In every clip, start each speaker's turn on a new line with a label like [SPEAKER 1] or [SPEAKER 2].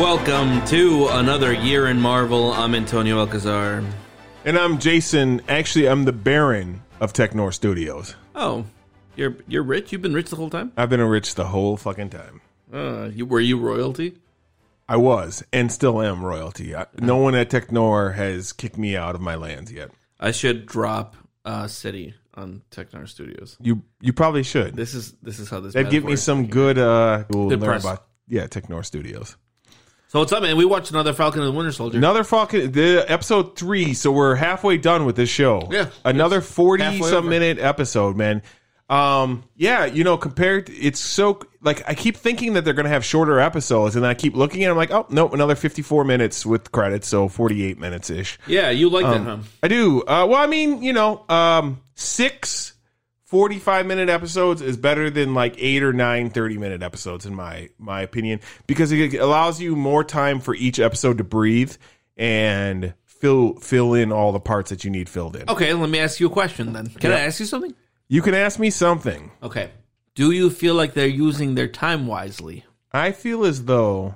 [SPEAKER 1] Welcome to another year in Marvel. I'm Antonio Alcazar.
[SPEAKER 2] And I'm Jason. Actually, I'm the Baron of Technor Studios.
[SPEAKER 1] Oh, you're you're rich. You've been rich the whole time.
[SPEAKER 2] I've been enriched the whole fucking time.
[SPEAKER 1] Uh, you were you royalty?
[SPEAKER 2] I was and still am royalty. I, no one at Technor has kicked me out of my lands yet.
[SPEAKER 1] I should drop uh, City on Technar Studios.
[SPEAKER 2] You you probably should.
[SPEAKER 1] This is this is how this.
[SPEAKER 2] That'd give me
[SPEAKER 1] metaphor-
[SPEAKER 2] some good uh we'll
[SPEAKER 1] Good
[SPEAKER 2] learn
[SPEAKER 1] press.
[SPEAKER 2] about yeah, Technor Studios.
[SPEAKER 1] So what's up, man? We watched another Falcon and the Winter Soldier.
[SPEAKER 2] Another fucking the episode three, so we're halfway done with this show.
[SPEAKER 1] Yeah.
[SPEAKER 2] another
[SPEAKER 1] halfway
[SPEAKER 2] forty some
[SPEAKER 1] over.
[SPEAKER 2] minute episode, man. Um, yeah, you know, compared, it's so like I keep thinking that they're gonna have shorter episodes, and I keep looking at, it, I'm like, oh nope, another fifty four minutes with credits, so forty eight minutes ish.
[SPEAKER 1] Yeah, you like that, huh?
[SPEAKER 2] I do. Uh, well, I mean, you know, um, six 45 minute episodes is better than like eight or nine 30 minute episodes, in my, my opinion, because it allows you more time for each episode to breathe and fill, fill in all the parts that you need filled in.
[SPEAKER 1] Okay, let me ask you a question then. Can I ask you something?
[SPEAKER 2] You can ask me something.
[SPEAKER 1] Okay. Do you feel like they're using their time wisely?
[SPEAKER 2] I feel as though.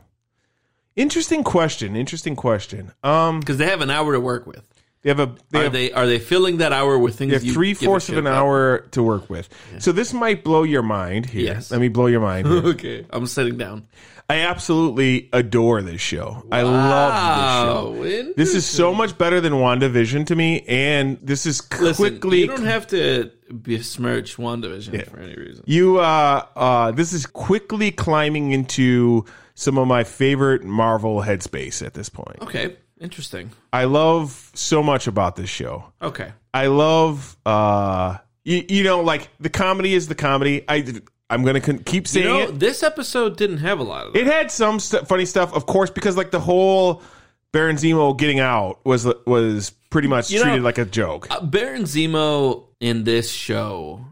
[SPEAKER 2] Interesting question. Interesting question. Um,
[SPEAKER 1] Because they have an hour to work with.
[SPEAKER 2] they have a they
[SPEAKER 1] Are
[SPEAKER 2] have
[SPEAKER 1] they are they filling that hour with things?
[SPEAKER 2] You have
[SPEAKER 1] you
[SPEAKER 2] three
[SPEAKER 1] give a
[SPEAKER 2] fourths of
[SPEAKER 1] shit
[SPEAKER 2] an
[SPEAKER 1] about?
[SPEAKER 2] hour to work with. So this might blow your mind here.
[SPEAKER 1] Yes.
[SPEAKER 2] Let me blow your mind. Here.
[SPEAKER 1] Okay, I'm sitting down.
[SPEAKER 2] I absolutely adore this show. I love this show.
[SPEAKER 1] Oh, in-
[SPEAKER 2] This is so much better than WandaVision to me, and this is
[SPEAKER 1] Listen,
[SPEAKER 2] quickly
[SPEAKER 1] You don't have to besmirch WandaVision for any reason.
[SPEAKER 2] You uh uh this is quickly climbing into some of my favorite Marvel headspace at this point.
[SPEAKER 1] Okay, interesting.
[SPEAKER 2] I love so much about this show.
[SPEAKER 1] Okay,
[SPEAKER 2] I love uh you, you know like the comedy is the comedy. I I'm going to con- keep
[SPEAKER 1] you
[SPEAKER 2] saying
[SPEAKER 1] know
[SPEAKER 2] it.
[SPEAKER 1] this episode didn't have a lot of that.
[SPEAKER 2] It had some st- funny stuff, of course, because like the whole Baron Zemo getting out was was pretty much
[SPEAKER 1] You know-
[SPEAKER 2] treated like a joke.
[SPEAKER 1] Uh, Baron Zemo in this show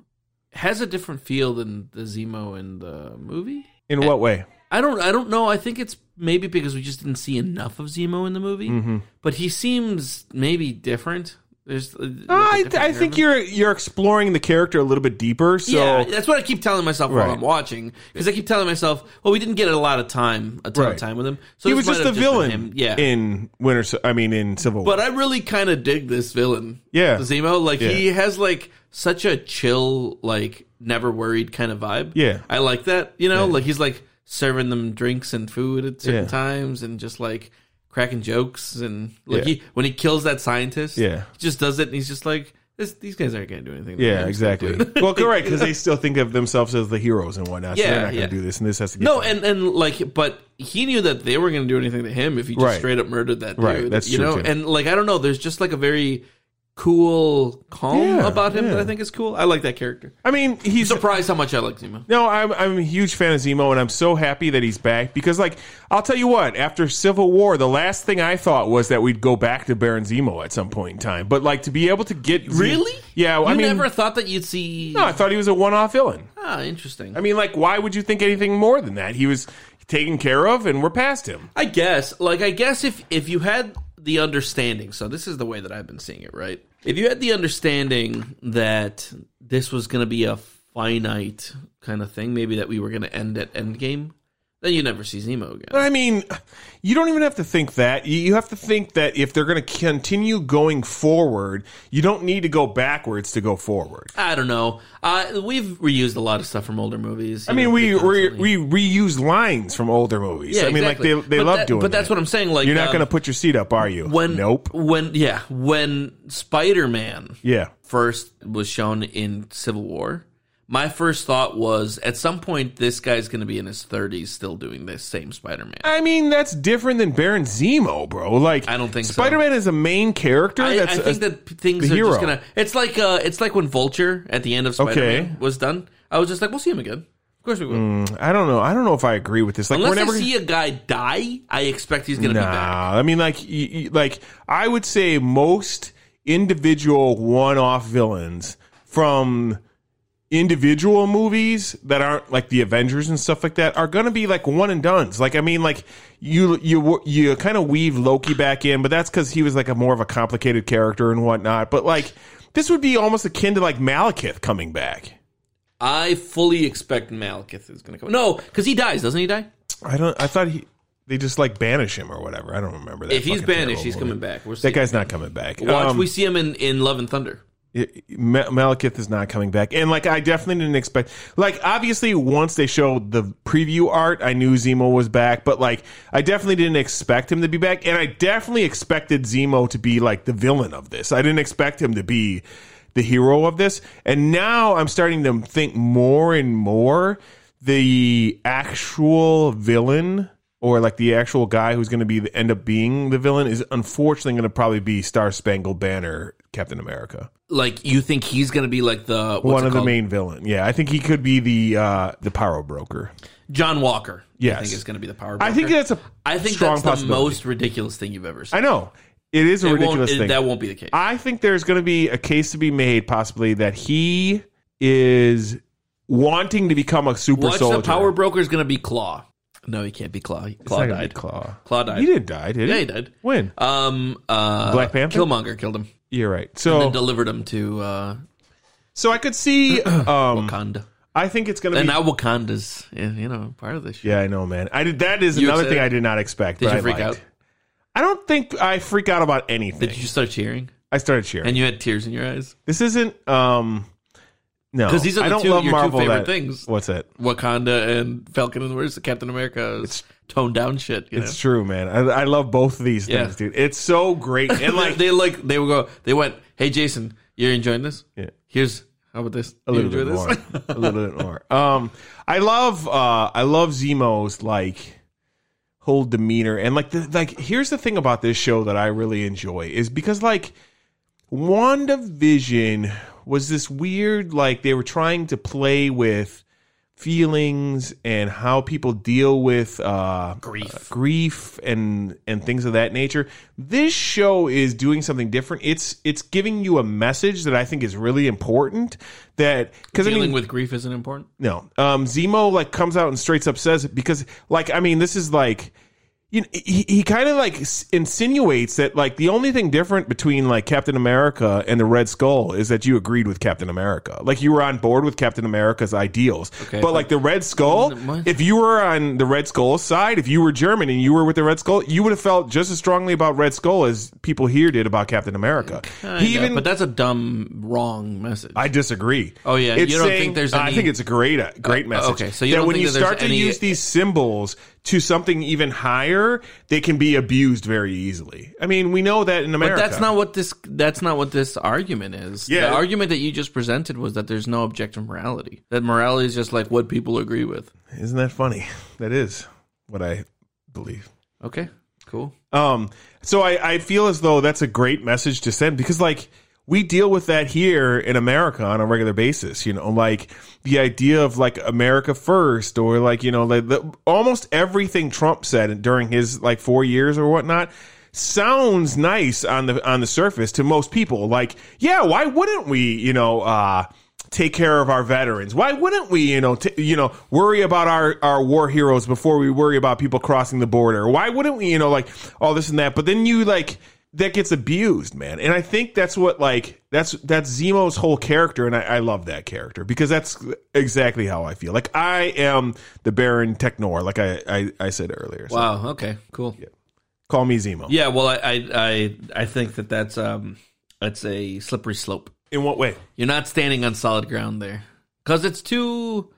[SPEAKER 1] has a different feel than the Zemo in the movie.
[SPEAKER 2] In what way?
[SPEAKER 1] I don't I don't know. I think it's maybe because we just didn't see enough of Zemo in the movie.
[SPEAKER 2] Mm-hmm.
[SPEAKER 1] But he seems maybe different. There's uh, like a
[SPEAKER 2] I,
[SPEAKER 1] different
[SPEAKER 2] I
[SPEAKER 1] nerve
[SPEAKER 2] think you're you're exploring the character a little bit deeper. So
[SPEAKER 1] yeah, that's what I keep telling myself
[SPEAKER 2] Right.
[SPEAKER 1] while I'm watching because I keep telling myself, "Well, we didn't get a lot of time, a ton
[SPEAKER 2] Right.
[SPEAKER 1] of time with him." So
[SPEAKER 2] he
[SPEAKER 1] this
[SPEAKER 2] was
[SPEAKER 1] might
[SPEAKER 2] just the
[SPEAKER 1] have been
[SPEAKER 2] villain.
[SPEAKER 1] him. yeah.
[SPEAKER 2] In Winter, Sol- I mean in Civil War.
[SPEAKER 1] but I really kind of dig this villain.
[SPEAKER 2] Yeah.
[SPEAKER 1] Zemo, like he has like such a chill, like never worried kind of vibe.
[SPEAKER 2] Yeah.
[SPEAKER 1] I like that. You know, like he's like serving them drinks and food at certain
[SPEAKER 2] Yeah.
[SPEAKER 1] times, and just like cracking jokes and like
[SPEAKER 2] Yeah.
[SPEAKER 1] he when he kills that scientist,
[SPEAKER 2] Yeah.
[SPEAKER 1] he just does it, and he's just like. This, these guys aren't gonna do anything.
[SPEAKER 2] yeah,
[SPEAKER 1] They're just gonna do
[SPEAKER 2] exactly.
[SPEAKER 1] it.
[SPEAKER 2] well, correct because they still think of themselves as the heroes and whatnot. so
[SPEAKER 1] Yeah,
[SPEAKER 2] they're not
[SPEAKER 1] yeah.
[SPEAKER 2] going to do this, and this has to get
[SPEAKER 1] No,
[SPEAKER 2] done.
[SPEAKER 1] and and like, but he knew that they were going to do anything to him if he just
[SPEAKER 2] Right.
[SPEAKER 1] straight up murdered that dude.
[SPEAKER 2] Right, that's
[SPEAKER 1] you
[SPEAKER 2] true,
[SPEAKER 1] know,
[SPEAKER 2] too.
[SPEAKER 1] and like I don't know, there's just like a very cool calm
[SPEAKER 2] Yeah,
[SPEAKER 1] about him that
[SPEAKER 2] yeah.
[SPEAKER 1] I think is cool. I like that character.
[SPEAKER 2] I mean he's
[SPEAKER 1] Surprised how much I like Zemo.
[SPEAKER 2] No, I'm I'm a huge fan of Zemo, and I'm so happy that he's back because, like, I'll tell you what. After Civil War, the last thing I thought was that we'd go back to Baron Zemo at some point in time. But like to be able to get Ze-
[SPEAKER 1] Really?
[SPEAKER 2] yeah,
[SPEAKER 1] You
[SPEAKER 2] I mean,
[SPEAKER 1] never thought that you'd see.
[SPEAKER 2] no, I thought he was a one-off villain.
[SPEAKER 1] Ah, interesting.
[SPEAKER 2] I mean, like, why would you think anything more than that? He was taken care of, and we're past him.
[SPEAKER 1] I guess, like, I guess if if you had the understanding, so this is the way that I've been seeing it, right? If you had the understanding that this was going to be a finite kind of thing, maybe that we were going to end at Endgame, then you never see Zemo again.
[SPEAKER 2] But I mean, you don't even have to think that. You- You have to think that if they're going to continue going forward, you don't need to go backwards to go forward.
[SPEAKER 1] I don't know. Uh, we've reused a lot of stuff from older movies.
[SPEAKER 2] I mean, we we, we reuse lines from older movies. I mean, like they they
[SPEAKER 1] but
[SPEAKER 2] love
[SPEAKER 1] that-
[SPEAKER 2] doing.
[SPEAKER 1] But that's
[SPEAKER 2] that.
[SPEAKER 1] what I'm saying. Like
[SPEAKER 2] You're not
[SPEAKER 1] um,
[SPEAKER 2] going to put your seat up, are you?
[SPEAKER 1] when
[SPEAKER 2] nope.
[SPEAKER 1] when yeah when Spider Man
[SPEAKER 2] Yeah.
[SPEAKER 1] first was shown in Civil War, my first thought was at some point this guy's going to be in his 30s still doing this same Spider Man.
[SPEAKER 2] I mean, that's different than Baron Zemo, bro. Like,
[SPEAKER 1] I don't think so.
[SPEAKER 2] Spider-Man is a main character.
[SPEAKER 1] I, I
[SPEAKER 2] that's
[SPEAKER 1] think
[SPEAKER 2] a-
[SPEAKER 1] that p- things
[SPEAKER 2] the
[SPEAKER 1] are just
[SPEAKER 2] hero.
[SPEAKER 1] gonna. It's like uh, it's like when Vulture at the end of Spider Man
[SPEAKER 2] Okay. Mm.
[SPEAKER 1] was done. I was just like, we'll see him again. Of course we will.
[SPEAKER 2] I don't know. I don't know if I agree with this. Like,
[SPEAKER 1] Unless
[SPEAKER 2] we're never.
[SPEAKER 1] I see a guy die, I expect he's gonna be back.
[SPEAKER 2] nah, I mean, like, y y- like I would say most individual one-off villains from individual movies that aren't like the Avengers and stuff like that are going to be like one and done's. Like I mean, like you you you kind of weave Loki back in, but that's because he was like a more of a complicated character and whatnot. But like this would be almost akin to like Malekith coming back.
[SPEAKER 1] I fully expect Malekith is going to come. No, because he dies, doesn't he die?
[SPEAKER 2] I don't. I thought he. they just like banish him or whatever. I don't remember that.
[SPEAKER 1] If he's
[SPEAKER 2] fucking
[SPEAKER 1] banished,
[SPEAKER 2] terrible
[SPEAKER 1] he's
[SPEAKER 2] movie.
[SPEAKER 1] coming back. We're
[SPEAKER 2] That
[SPEAKER 1] seeing,
[SPEAKER 2] guy's not coming back.
[SPEAKER 1] watch,
[SPEAKER 2] Um,
[SPEAKER 1] we see him in, in Love and Thunder.
[SPEAKER 2] it- Ma- Malekith is not coming back. And like I definitely didn't expect like obviously once they showed the preview art, I knew Zemo was back, but like I definitely didn't expect him to be back and I definitely expected Zemo to be like the villain of this. I didn't expect him to be the hero of this. And now I'm starting to think more and more the actual villain or like the actual guy who's going to be the, end up being the villain is unfortunately going to probably be Star Spangled Banner Captain America
[SPEAKER 1] Like you think he's gonna be like the what's
[SPEAKER 2] one
[SPEAKER 1] it
[SPEAKER 2] of the
[SPEAKER 1] called?
[SPEAKER 2] main villain. Yeah, I think he could be the uh, the power broker.
[SPEAKER 1] John Walker. I
[SPEAKER 2] Yes.
[SPEAKER 1] think is gonna be the power.
[SPEAKER 2] I think
[SPEAKER 1] broker.
[SPEAKER 2] that's a
[SPEAKER 1] I think
[SPEAKER 2] strong
[SPEAKER 1] that's the
[SPEAKER 2] possibility.
[SPEAKER 1] most ridiculous thing you've ever seen.
[SPEAKER 2] I know it is a
[SPEAKER 1] It won't-
[SPEAKER 2] ridiculous
[SPEAKER 1] it-
[SPEAKER 2] thing.
[SPEAKER 1] That won't be the case.
[SPEAKER 2] I think there's going to be a case to be made, possibly that he is wanting to become a super
[SPEAKER 1] Watch
[SPEAKER 2] soldier.
[SPEAKER 1] the power broker is gonna be Claw. No, he can't be Claw.
[SPEAKER 2] It's
[SPEAKER 1] Claw
[SPEAKER 2] not gonna be
[SPEAKER 1] died.
[SPEAKER 2] Claw.
[SPEAKER 1] Claw
[SPEAKER 2] He
[SPEAKER 1] died.
[SPEAKER 2] didn't die, did
[SPEAKER 1] Yeah,
[SPEAKER 2] he?
[SPEAKER 1] he died.
[SPEAKER 2] When?
[SPEAKER 1] Um, uh,
[SPEAKER 2] Black Panther? Oh.
[SPEAKER 1] Killmonger killed him
[SPEAKER 2] You're right.
[SPEAKER 1] and
[SPEAKER 2] So,
[SPEAKER 1] delivered him to uh,
[SPEAKER 2] Hmm. so I could see. Um,
[SPEAKER 1] Wakanda.
[SPEAKER 2] I think it's going to
[SPEAKER 1] And
[SPEAKER 2] be.
[SPEAKER 1] now Wakanda's, yeah, you know, part of this. Shit.
[SPEAKER 2] yeah, I know, man. I did. That is
[SPEAKER 1] You
[SPEAKER 2] another
[SPEAKER 1] excited?
[SPEAKER 2] thing I did not expect.
[SPEAKER 1] Did
[SPEAKER 2] but
[SPEAKER 1] you
[SPEAKER 2] I
[SPEAKER 1] freak
[SPEAKER 2] liked.
[SPEAKER 1] out?
[SPEAKER 2] I don't think I freak out about anything.
[SPEAKER 1] Did you start cheering?
[SPEAKER 2] I started cheering.
[SPEAKER 1] And you had tears in your eyes?
[SPEAKER 2] This isn't um no
[SPEAKER 1] 'Cause these are
[SPEAKER 2] I
[SPEAKER 1] the
[SPEAKER 2] don't
[SPEAKER 1] two-
[SPEAKER 2] love
[SPEAKER 1] your two
[SPEAKER 2] Marvel
[SPEAKER 1] favorite
[SPEAKER 2] that-
[SPEAKER 1] things.
[SPEAKER 2] What's it?
[SPEAKER 1] Wakanda and Falcon and where's the Captain America's toned down shit. You know?
[SPEAKER 2] It's true, man. I, I love both of these
[SPEAKER 1] Yeah.
[SPEAKER 2] things, dude. It's so great. And like
[SPEAKER 1] they, like they would go they went, Hey Jason, you're enjoying this?
[SPEAKER 2] Yeah.
[SPEAKER 1] Here's how about this?
[SPEAKER 2] a
[SPEAKER 1] You
[SPEAKER 2] little bit
[SPEAKER 1] enjoy
[SPEAKER 2] more. a little bit more. Um I love uh I love Zemo's like whole demeanor and like the like here's the thing about this show that I really enjoy is because like WandaVision was this weird like they were trying to play with feelings and how people deal with uh
[SPEAKER 1] Grief.
[SPEAKER 2] uh, grief and and things of that nature this show is doing something different it's it's giving you a message that i think is really important that because i
[SPEAKER 1] Dealing
[SPEAKER 2] mean
[SPEAKER 1] with grief isn't important.
[SPEAKER 2] no um zemo like comes out and straight up says it because like i mean this is like you know, he, he kind of like s- insinuates that like the only thing different between like Captain America and the Red Skull is that you agreed with Captain America, like you were on board with Captain America's ideals.
[SPEAKER 1] Okay,
[SPEAKER 2] but like the Red Skull,
[SPEAKER 1] What?
[SPEAKER 2] if you were on the Red Skull side, if you were German and you were with the Red Skull, you would have felt just as strongly about Red Skull as people here did about Captain America.
[SPEAKER 1] Kinda, uh, but that's a dumb wrong message.
[SPEAKER 2] I disagree.
[SPEAKER 1] Oh, yeah. You don't think there's
[SPEAKER 2] I
[SPEAKER 1] any- Uh,
[SPEAKER 2] think it's a great, a great message.
[SPEAKER 1] okay. So you
[SPEAKER 2] that
[SPEAKER 1] don't
[SPEAKER 2] when
[SPEAKER 1] think
[SPEAKER 2] you
[SPEAKER 1] that there's
[SPEAKER 2] start to
[SPEAKER 1] any-
[SPEAKER 2] use these symbols to something even higher, they can be abused very easily. I mean, we know that in America.
[SPEAKER 1] That's not what this. That's not what this argument is.
[SPEAKER 2] Yeah.
[SPEAKER 1] The argument that you just presented was that there's no objective morality. That morality is just like what people agree with.
[SPEAKER 2] Isn't that funny? That is what I believe.
[SPEAKER 1] Okay. Cool.
[SPEAKER 2] Um, so I, I feel as though that's a great message to send because like we deal with that here in America on a regular basis, you know, like the idea of like America first or like, you know, like the, almost everything Trump said during his like four years or whatnot sounds nice on the, on the surface to most people. Like, yeah, why wouldn't we, you know, uh, take care of our veterans. Why wouldn't we, you know, t- you know, worry about our, our war heroes before we worry about people crossing the border? Why wouldn't we, you know, like all this and that? But then you like that gets abused, man. And I think that's what like that's that's Zemo's whole character, and I, I love that character because that's exactly how I feel. Like I am the Baron Technor, like I I, I said earlier. So
[SPEAKER 1] Wow. Okay. Cool. Yeah.
[SPEAKER 2] call me Zemo.
[SPEAKER 1] well, I, I, I, I think that that's um, that's a slippery slope.
[SPEAKER 2] In what way?
[SPEAKER 1] You're not standing on solid ground there, because it's too,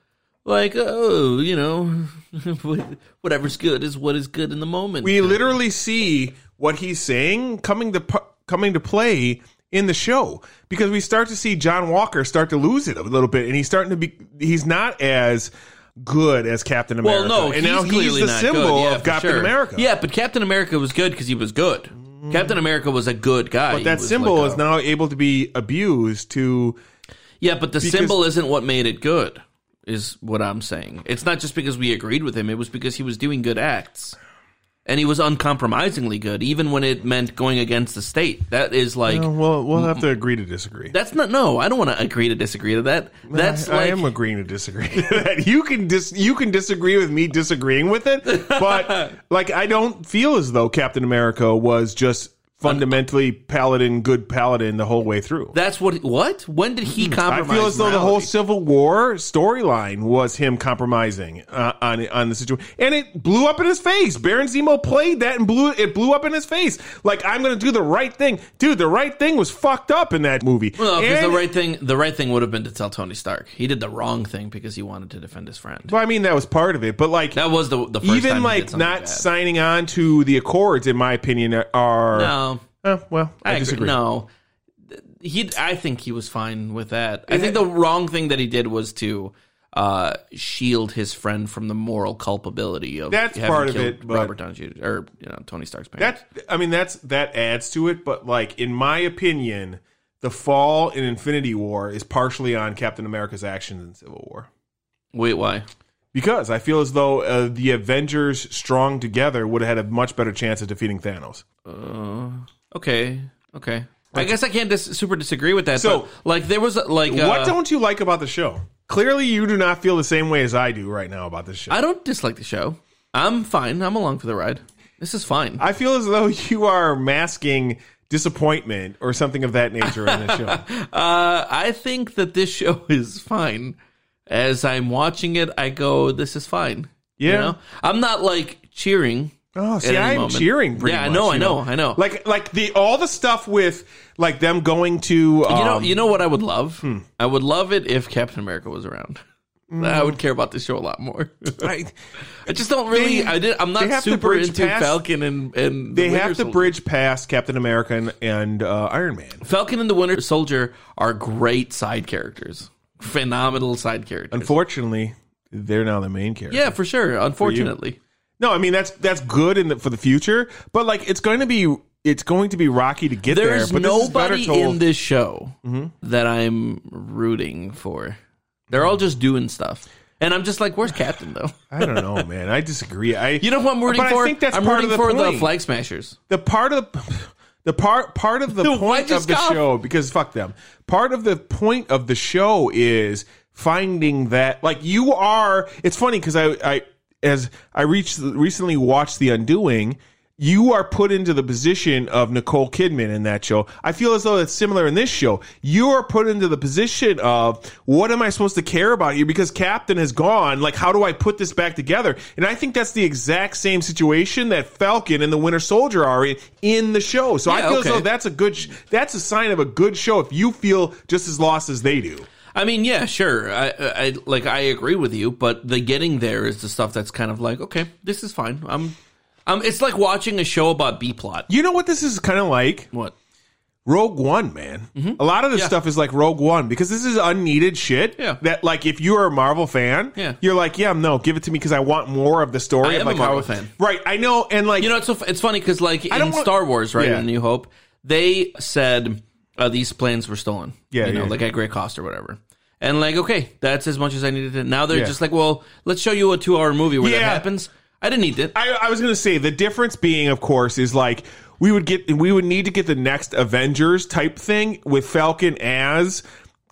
[SPEAKER 1] like, oh, you know, whatever's good is what is good in the moment.
[SPEAKER 2] we literally see what he's saying coming to pu- coming to play in the show because we start to see John Walker start to lose it a little bit, and he's starting to be he's not as good as Captain America.
[SPEAKER 1] Well, no,
[SPEAKER 2] and
[SPEAKER 1] he's
[SPEAKER 2] now he's
[SPEAKER 1] clearly
[SPEAKER 2] the
[SPEAKER 1] not
[SPEAKER 2] symbol
[SPEAKER 1] good. Yeah,
[SPEAKER 2] of
[SPEAKER 1] for
[SPEAKER 2] Captain
[SPEAKER 1] sure.
[SPEAKER 2] America. Mm.
[SPEAKER 1] Yeah, but Captain America was good because he was good. Captain America was a good guy. He
[SPEAKER 2] that
[SPEAKER 1] was
[SPEAKER 2] symbol
[SPEAKER 1] like a-
[SPEAKER 2] is now able to be abused to
[SPEAKER 1] Yeah, but the symbol isn't what made it good. Is what I'm saying. It's not just because we agreed with him. It was because he was doing good acts, and he was uncompromisingly good, even when it meant going against the state. That is like
[SPEAKER 2] Uh, well, we'll have to agree to disagree.
[SPEAKER 1] that's not. No, I don't want to agree to disagree to that. That's
[SPEAKER 2] I, I
[SPEAKER 1] like
[SPEAKER 2] am agreeing to disagree. That you can dis- you can disagree with me disagreeing with it, but like I don't feel as though Captain America was just fundamentally paladin, good paladin the whole way through.
[SPEAKER 1] That's what. What? When did he
[SPEAKER 2] Hmm, I
[SPEAKER 1] compromise?
[SPEAKER 2] feel as though the whole
[SPEAKER 1] morality?
[SPEAKER 2] Civil War storyline was him compromising uh, on on the situation, and it blew up in his face. Baron Zemo played that and blew it blew up in his face. Like I'm going to do the right thing, dude. The right thing was fucked up in that movie.
[SPEAKER 1] Well, because the
[SPEAKER 2] And-
[SPEAKER 1] right thing, the right thing would have been to tell Tony Stark. He did the wrong thing because he wanted to defend his friend.
[SPEAKER 2] well, I mean, that was part of it, but like
[SPEAKER 1] That was the the first time
[SPEAKER 2] even
[SPEAKER 1] he did
[SPEAKER 2] like
[SPEAKER 1] something
[SPEAKER 2] not
[SPEAKER 1] bad.
[SPEAKER 2] signing on to the accords, in my opinion, are
[SPEAKER 1] no,
[SPEAKER 2] Eh, well, I,
[SPEAKER 1] I, agree.
[SPEAKER 2] disagree.
[SPEAKER 1] No, he. I think he was fine with that. I think the wrong thing that he did was to uh, shield his friend from the moral culpability of
[SPEAKER 2] That's
[SPEAKER 1] having
[SPEAKER 2] part of
[SPEAKER 1] killed
[SPEAKER 2] it, but-
[SPEAKER 1] Robert Downey Jr. or you know Tony Stark's parents.
[SPEAKER 2] That I mean, that's that adds to it, but like in my opinion, the fall in Infinity War is partially on Captain America's actions in Civil War
[SPEAKER 1] Wait, why?
[SPEAKER 2] because I feel as though uh, the Avengers strong together would have had a much better chance of defeating Thanos.
[SPEAKER 1] Uh, okay, okay. I guess I can't dis- super disagree with that.
[SPEAKER 2] So-
[SPEAKER 1] but, like there was like uh,
[SPEAKER 2] what don't you like about the show? Clearly, you do not feel the same way as I do right now about this show.
[SPEAKER 1] I don't dislike the show. I'm fine. I'm along for the ride. This is fine.
[SPEAKER 2] I feel as though you are masking disappointment or something of that nature in the show.
[SPEAKER 1] Uh, I think that this show is fine. As I'm watching it, I go, "This is fine." You
[SPEAKER 2] Yeah.
[SPEAKER 1] know? I'm not like cheering.
[SPEAKER 2] Oh, see,
[SPEAKER 1] any
[SPEAKER 2] I'm
[SPEAKER 1] moment.
[SPEAKER 2] cheering. Pretty
[SPEAKER 1] Yeah, I
[SPEAKER 2] much,
[SPEAKER 1] know, I
[SPEAKER 2] you
[SPEAKER 1] know, I know.
[SPEAKER 2] Like, like the all the stuff with like them going to. Um,
[SPEAKER 1] You know, you know what I would love?
[SPEAKER 2] Hmm.
[SPEAKER 1] I would love it if Captain America was around. I would care about this show a lot more.
[SPEAKER 2] I-
[SPEAKER 1] I just don't really.
[SPEAKER 2] They-
[SPEAKER 1] I did. I'm
[SPEAKER 2] they
[SPEAKER 1] not
[SPEAKER 2] have to
[SPEAKER 1] super
[SPEAKER 2] bridge
[SPEAKER 1] into
[SPEAKER 2] past-
[SPEAKER 1] Falcon and and the
[SPEAKER 2] they
[SPEAKER 1] Winter
[SPEAKER 2] have to
[SPEAKER 1] Soldier.
[SPEAKER 2] bridge past Captain America and, and uh, Iron Man.
[SPEAKER 1] Falcon and the Winter Soldier are great side characters, phenomenal side characters.
[SPEAKER 2] Unfortunately, they're now the main character.
[SPEAKER 1] yeah, for sure. Unfortunately,
[SPEAKER 2] No, I mean that's that's good in the, for the future, but like it's going to be it's going to be rocky to get there.
[SPEAKER 1] There's
[SPEAKER 2] but this is better
[SPEAKER 1] nobody
[SPEAKER 2] Mm-hmm. told-
[SPEAKER 1] in this show that I'm rooting for. They're all just doing stuff. And I'm just like, where's Captain though?
[SPEAKER 2] I don't know, man. I disagree. I
[SPEAKER 1] You know who I'm rooting
[SPEAKER 2] but
[SPEAKER 1] for?
[SPEAKER 2] I think that's
[SPEAKER 1] I'm
[SPEAKER 2] part
[SPEAKER 1] rooting
[SPEAKER 2] of the
[SPEAKER 1] for the
[SPEAKER 2] point.
[SPEAKER 1] Flag Smashers.
[SPEAKER 2] the part of the, the part part of the
[SPEAKER 1] Why'd
[SPEAKER 2] point
[SPEAKER 1] you
[SPEAKER 2] of the
[SPEAKER 1] scoff?
[SPEAKER 2] show because fuck them. Part of the point of the show is finding that like you are. It's funny because I I as I reached recently watched The Undoing. You are put into the position of Nicole Kidman in that show. I feel as though it's similar in this show. You are put into the position of what am I supposed to care about here because Captain is gone. Like, how do I put this back together? And I think that's the exact same situation that Falcon and the Winter Soldier are in in the show. So I
[SPEAKER 1] Yeah,
[SPEAKER 2] feel as
[SPEAKER 1] okay.
[SPEAKER 2] though that's a good. Sh- that's a sign of a good show if you feel just as lost as they do.
[SPEAKER 1] I mean, yeah, sure. I, I like I agree with you, but the getting there is the stuff that's kind of like, okay, this is fine. I'm um it's like watching a show about B plot.
[SPEAKER 2] You know what this is kind of like?
[SPEAKER 1] What?
[SPEAKER 2] Rogue One, man. A lot of this
[SPEAKER 1] Mm-hmm. Yeah.
[SPEAKER 2] stuff is like Rogue One because this is unneeded shit.
[SPEAKER 1] Yeah.
[SPEAKER 2] That like if you are a Marvel fan,
[SPEAKER 1] Yeah.
[SPEAKER 2] you're like, yeah, no, give it to me because I want more of the story.
[SPEAKER 1] I
[SPEAKER 2] of
[SPEAKER 1] am a
[SPEAKER 2] like
[SPEAKER 1] Marvel
[SPEAKER 2] how,
[SPEAKER 1] fan.
[SPEAKER 2] right? I know, and like
[SPEAKER 1] You know, it's so f- it's funny because like in
[SPEAKER 2] don't want-
[SPEAKER 1] Star Wars, right,
[SPEAKER 2] Yeah.
[SPEAKER 1] in New Hope, they said uh, these planes were stolen.
[SPEAKER 2] Yeah,
[SPEAKER 1] you know,
[SPEAKER 2] yeah.
[SPEAKER 1] like at great cost or whatever. And like, okay, that's as much as I needed. To, now they're
[SPEAKER 2] Yeah.
[SPEAKER 1] just like, well, let's show you a two-hour movie where that
[SPEAKER 2] Yeah.
[SPEAKER 1] happens. I didn't need it.
[SPEAKER 2] I, I was going to say the difference being, of course, is like we would get we would need to get the next Avengers type thing with Falcon as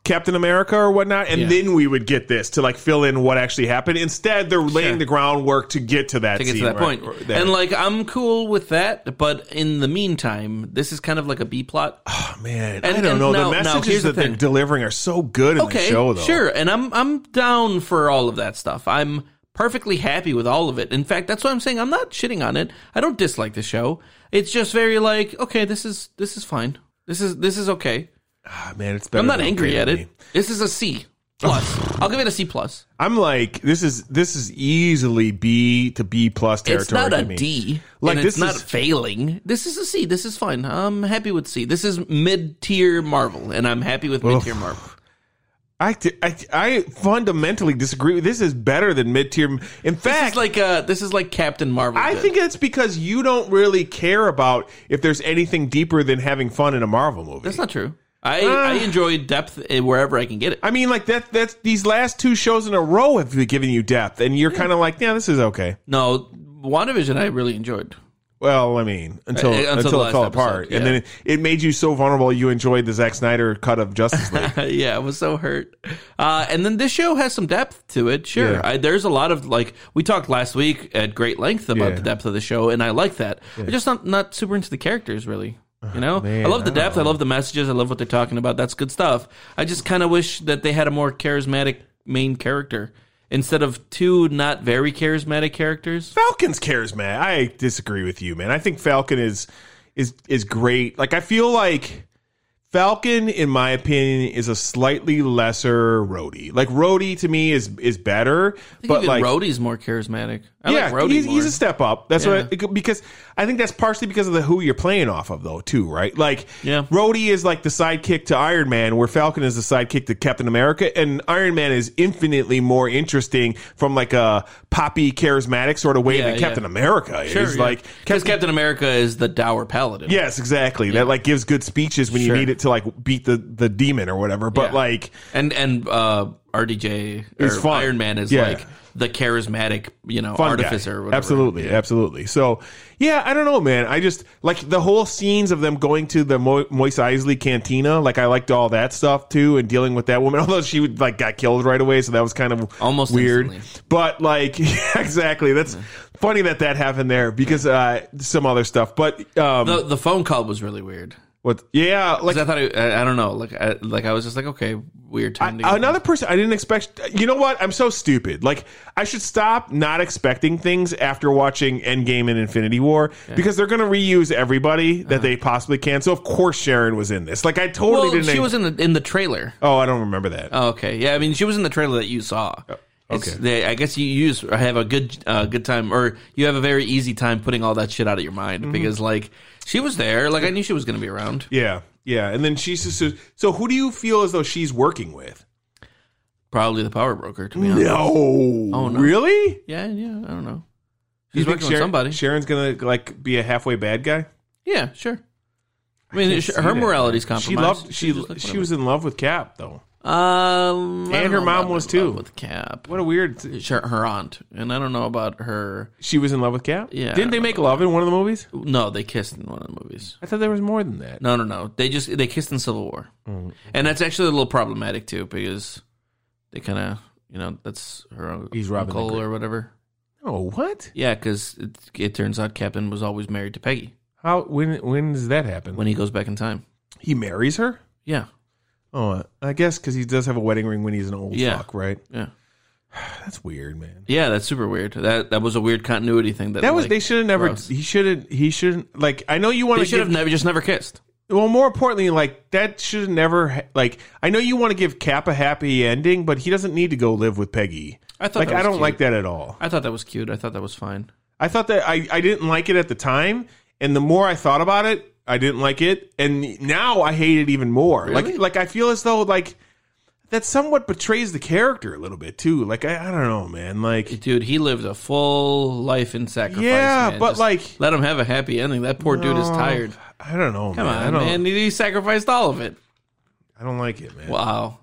[SPEAKER 2] Captain America or whatnot, and
[SPEAKER 1] Yeah.
[SPEAKER 2] then we would get this to like fill in what actually happened. Instead, they're laying
[SPEAKER 1] Sure.
[SPEAKER 2] the groundwork to get to that
[SPEAKER 1] to get
[SPEAKER 2] scene,
[SPEAKER 1] to that
[SPEAKER 2] right?
[SPEAKER 1] point.
[SPEAKER 2] Or that- Oh,
[SPEAKER 1] And like, I'm cool with that, but in the meantime, this is kind of like a B plot.
[SPEAKER 2] oh, man, I
[SPEAKER 1] and-
[SPEAKER 2] don't
[SPEAKER 1] and
[SPEAKER 2] know.
[SPEAKER 1] now- now
[SPEAKER 2] the messages
[SPEAKER 1] here's the
[SPEAKER 2] that they're
[SPEAKER 1] thing.
[SPEAKER 2] delivering are so good in
[SPEAKER 1] okay,
[SPEAKER 2] the show, though.
[SPEAKER 1] sure. And I'm I'm down for all of that stuff. I'm perfectly happy with all of it. In fact, that's what I'm saying. I'm not shitting on it. I don't dislike the show. It's just very like, okay, this is this is fine. This is this is okay.
[SPEAKER 2] Ah, man, it's better.
[SPEAKER 1] I'm not
[SPEAKER 2] than
[SPEAKER 1] angry
[SPEAKER 2] okay
[SPEAKER 1] at
[SPEAKER 2] to
[SPEAKER 1] it.
[SPEAKER 2] me.
[SPEAKER 1] This is a C plus. I'll give it a C plus.
[SPEAKER 2] I'm like this is this is easily B to B plus territory.
[SPEAKER 1] It's not
[SPEAKER 2] to
[SPEAKER 1] a
[SPEAKER 2] me.
[SPEAKER 1] D.
[SPEAKER 2] Like,
[SPEAKER 1] Like
[SPEAKER 2] this
[SPEAKER 1] it's not
[SPEAKER 2] is-
[SPEAKER 1] failing. This is a C. This is fine. I'm happy with C. This is mid tier Marvel, and I'm happy with mid tier Marvel.
[SPEAKER 2] I, I, I fundamentally disagree. This is better than mid tier. In
[SPEAKER 1] This
[SPEAKER 2] fact,
[SPEAKER 1] is like uh this is like Captain Marvel.
[SPEAKER 2] I
[SPEAKER 1] did.
[SPEAKER 2] think it's because you don't really care about if there's anything deeper than having fun in a Marvel movie.
[SPEAKER 1] That's not true. I, I enjoy depth eh, wherever I can get it.
[SPEAKER 2] I mean, like that. That's these last two shows in a row have been giving you depth, and you're kind of like, yeah, this is okay.
[SPEAKER 1] No, WandaVision I really enjoyed.
[SPEAKER 2] Well, I mean, until
[SPEAKER 1] Uh, until
[SPEAKER 2] until,
[SPEAKER 1] the
[SPEAKER 2] it
[SPEAKER 1] last
[SPEAKER 2] fell
[SPEAKER 1] episode,
[SPEAKER 2] apart, and
[SPEAKER 1] yeah.
[SPEAKER 2] then it, it made you so vulnerable. You enjoyed the Zack Snyder cut of Justice League.
[SPEAKER 1] yeah, I was so hurt. Uh, and then this show has some depth to it. Sure,
[SPEAKER 2] Yeah.
[SPEAKER 1] I, there's a lot of like we talked last week at great length about
[SPEAKER 2] Yeah.
[SPEAKER 1] the depth of the show, and I like that. I'm just not not super into the characters really. You know,
[SPEAKER 2] man,
[SPEAKER 1] I love the
[SPEAKER 2] I
[SPEAKER 1] depth. I
[SPEAKER 2] don't-
[SPEAKER 1] love the messages. I love what they're talking about. That's good stuff. I just kind of wish that they had a more charismatic main character instead of two not very charismatic characters.
[SPEAKER 2] Falcon's charismatic. I disagree with you, man. I think Falcon is is is great. Like I feel like Falcon, in my opinion, is a slightly lesser Rhodey. Like Rhodey to me is is better,
[SPEAKER 1] But
[SPEAKER 2] but
[SPEAKER 1] even
[SPEAKER 2] like
[SPEAKER 1] Rhodey's more charismatic. I
[SPEAKER 2] yeah,
[SPEAKER 1] like Rhodey
[SPEAKER 2] he's,
[SPEAKER 1] more.
[SPEAKER 2] he's a step up. That's
[SPEAKER 1] Yeah.
[SPEAKER 2] what I, because I think that's partially because of the who you're playing off of though too, right? Like
[SPEAKER 1] Yeah.
[SPEAKER 2] Rhodey is like the sidekick to Iron Man, where Falcon is the sidekick to Captain America, and Iron Man is infinitely more interesting from like a poppy, charismatic sort of way
[SPEAKER 1] Yeah,
[SPEAKER 2] than Captain
[SPEAKER 1] yeah.
[SPEAKER 2] America is.
[SPEAKER 1] yeah.
[SPEAKER 2] Like
[SPEAKER 1] because Captain America is the dour paladin.
[SPEAKER 2] yes, exactly. That like gives good speeches when
[SPEAKER 1] Sure.
[SPEAKER 2] you need it to like beat the the demon or whatever. But
[SPEAKER 1] Yeah.
[SPEAKER 2] like
[SPEAKER 1] and and uh, RDJ or
[SPEAKER 2] Is fun.
[SPEAKER 1] Iron Man is
[SPEAKER 2] Yeah.
[SPEAKER 1] like the charismatic, you know,
[SPEAKER 2] fun guy.
[SPEAKER 1] artificer. Or whatever.
[SPEAKER 2] Absolutely, absolutely. So, yeah, I don't know, man. I just like the whole scenes of them going to the Mo- Moise Isley cantina. Like, I liked all that stuff too, and dealing with that woman. Although she would, like got killed right away, so that was kind of
[SPEAKER 1] Almost
[SPEAKER 2] weird.
[SPEAKER 1] instantly.
[SPEAKER 2] But like, yeah, exactly. That's funny that that happened there because uh, some other stuff. But um,
[SPEAKER 1] The the phone call was really weird.
[SPEAKER 2] what? Yeah, like
[SPEAKER 1] 'Cause I thought it, I, I don't know, like I, like I was just like okay, weird time. to get
[SPEAKER 2] Another person I didn't expect. You know what? I'm so stupid. Like I should stop not expecting things after watching Endgame and Infinity War because they're going to reuse everybody that they possibly can. So of course Sharon was in this. Like I totally
[SPEAKER 1] Uh-huh. Well,
[SPEAKER 2] didn't.
[SPEAKER 1] she was in the in the trailer.
[SPEAKER 2] oh, I don't remember that.
[SPEAKER 1] Oh, okay, yeah, I mean she was in the trailer that you saw. It's-
[SPEAKER 2] Oh, okay.
[SPEAKER 1] they- I guess you use have a good uh, good time, or you have a very easy time putting all that shit out of your
[SPEAKER 2] Mm-hmm.
[SPEAKER 1] mind because like she was there, like I knew she was going to be around.
[SPEAKER 2] yeah, yeah. And then she's just, so, so. Who do you feel as though she's working with?
[SPEAKER 1] Probably the power broker, to be honest.
[SPEAKER 2] No. Oh
[SPEAKER 1] no.
[SPEAKER 2] Really?
[SPEAKER 1] Yeah, yeah, I don't know.
[SPEAKER 2] You
[SPEAKER 1] She's
[SPEAKER 2] think
[SPEAKER 1] working with
[SPEAKER 2] Sharon-
[SPEAKER 1] somebody.
[SPEAKER 2] Sharon's gonna like be a halfway bad guy.
[SPEAKER 1] Yeah, sure. I mean,
[SPEAKER 2] Can't
[SPEAKER 1] sh-
[SPEAKER 2] see
[SPEAKER 1] her
[SPEAKER 2] that.
[SPEAKER 1] morality's compromised.
[SPEAKER 2] She loved. She
[SPEAKER 1] She's just like,
[SPEAKER 2] she was in love with Cap though.
[SPEAKER 1] whatever. um, I
[SPEAKER 2] And
[SPEAKER 1] don't
[SPEAKER 2] her
[SPEAKER 1] know
[SPEAKER 2] mom
[SPEAKER 1] about
[SPEAKER 2] was
[SPEAKER 1] in love
[SPEAKER 2] too.
[SPEAKER 1] with Cap.
[SPEAKER 2] What a weird.
[SPEAKER 1] Sh- Her aunt, and I don't know about her.
[SPEAKER 2] She was in love with Cap.
[SPEAKER 1] Yeah.
[SPEAKER 2] Didn't they make love in one of the movies?
[SPEAKER 1] No, they kissed in one of the movies.
[SPEAKER 2] I thought there was more than that.
[SPEAKER 1] No, no, no. They just they kissed in Civil War,
[SPEAKER 2] Mm.
[SPEAKER 1] and that's actually a little problematic too because they kind of you know that's her un-
[SPEAKER 2] He's Robin the
[SPEAKER 1] uncle
[SPEAKER 2] Great.
[SPEAKER 1] or whatever.
[SPEAKER 2] No, what?
[SPEAKER 1] Yeah, because it, it turns out Captain was always married to Peggy
[SPEAKER 2] How? When? When does that happen?
[SPEAKER 1] when he goes back in time.
[SPEAKER 2] he marries her?
[SPEAKER 1] Yeah,
[SPEAKER 2] Oh, I guess because he does have a wedding ring when he's an old
[SPEAKER 1] Yeah.
[SPEAKER 2] fuck, right?
[SPEAKER 1] yeah,
[SPEAKER 2] That's weird, man.
[SPEAKER 1] yeah. That's super weird. That that was a weird continuity thing. That
[SPEAKER 2] That was
[SPEAKER 1] like,
[SPEAKER 2] they should have never.
[SPEAKER 1] gross.
[SPEAKER 2] He shouldn't. He shouldn't. Like I know you want
[SPEAKER 1] They
[SPEAKER 2] to
[SPEAKER 1] should
[SPEAKER 2] give.
[SPEAKER 1] have never just never kissed.
[SPEAKER 2] well, more importantly, like that should have never. ha- Like I know you want to give Cap a happy ending, but he doesn't need to go live with Peggy.
[SPEAKER 1] I thought
[SPEAKER 2] Like
[SPEAKER 1] that was
[SPEAKER 2] I don't
[SPEAKER 1] cute.
[SPEAKER 2] like that at all.
[SPEAKER 1] I thought that was cute. I thought that was fine.
[SPEAKER 2] I thought that I, I didn't like it at the time, and the more I thought about it, I didn't like it, and now I hate it even more.
[SPEAKER 1] Really?
[SPEAKER 2] Like like I feel as though like that somewhat betrays the character a little bit too. Like I, I don't know, man. Like
[SPEAKER 1] Dude, he lived a full life in sacrifice.
[SPEAKER 2] Yeah,
[SPEAKER 1] man.
[SPEAKER 2] but,
[SPEAKER 1] Just
[SPEAKER 2] like-
[SPEAKER 1] let him have a happy ending. That poor dude is
[SPEAKER 2] No.
[SPEAKER 1] tired.
[SPEAKER 2] I don't know,
[SPEAKER 1] Come
[SPEAKER 2] man. I
[SPEAKER 1] on,
[SPEAKER 2] don't
[SPEAKER 1] man. He sacrificed all of it.
[SPEAKER 2] I don't like it, man.
[SPEAKER 1] Wow.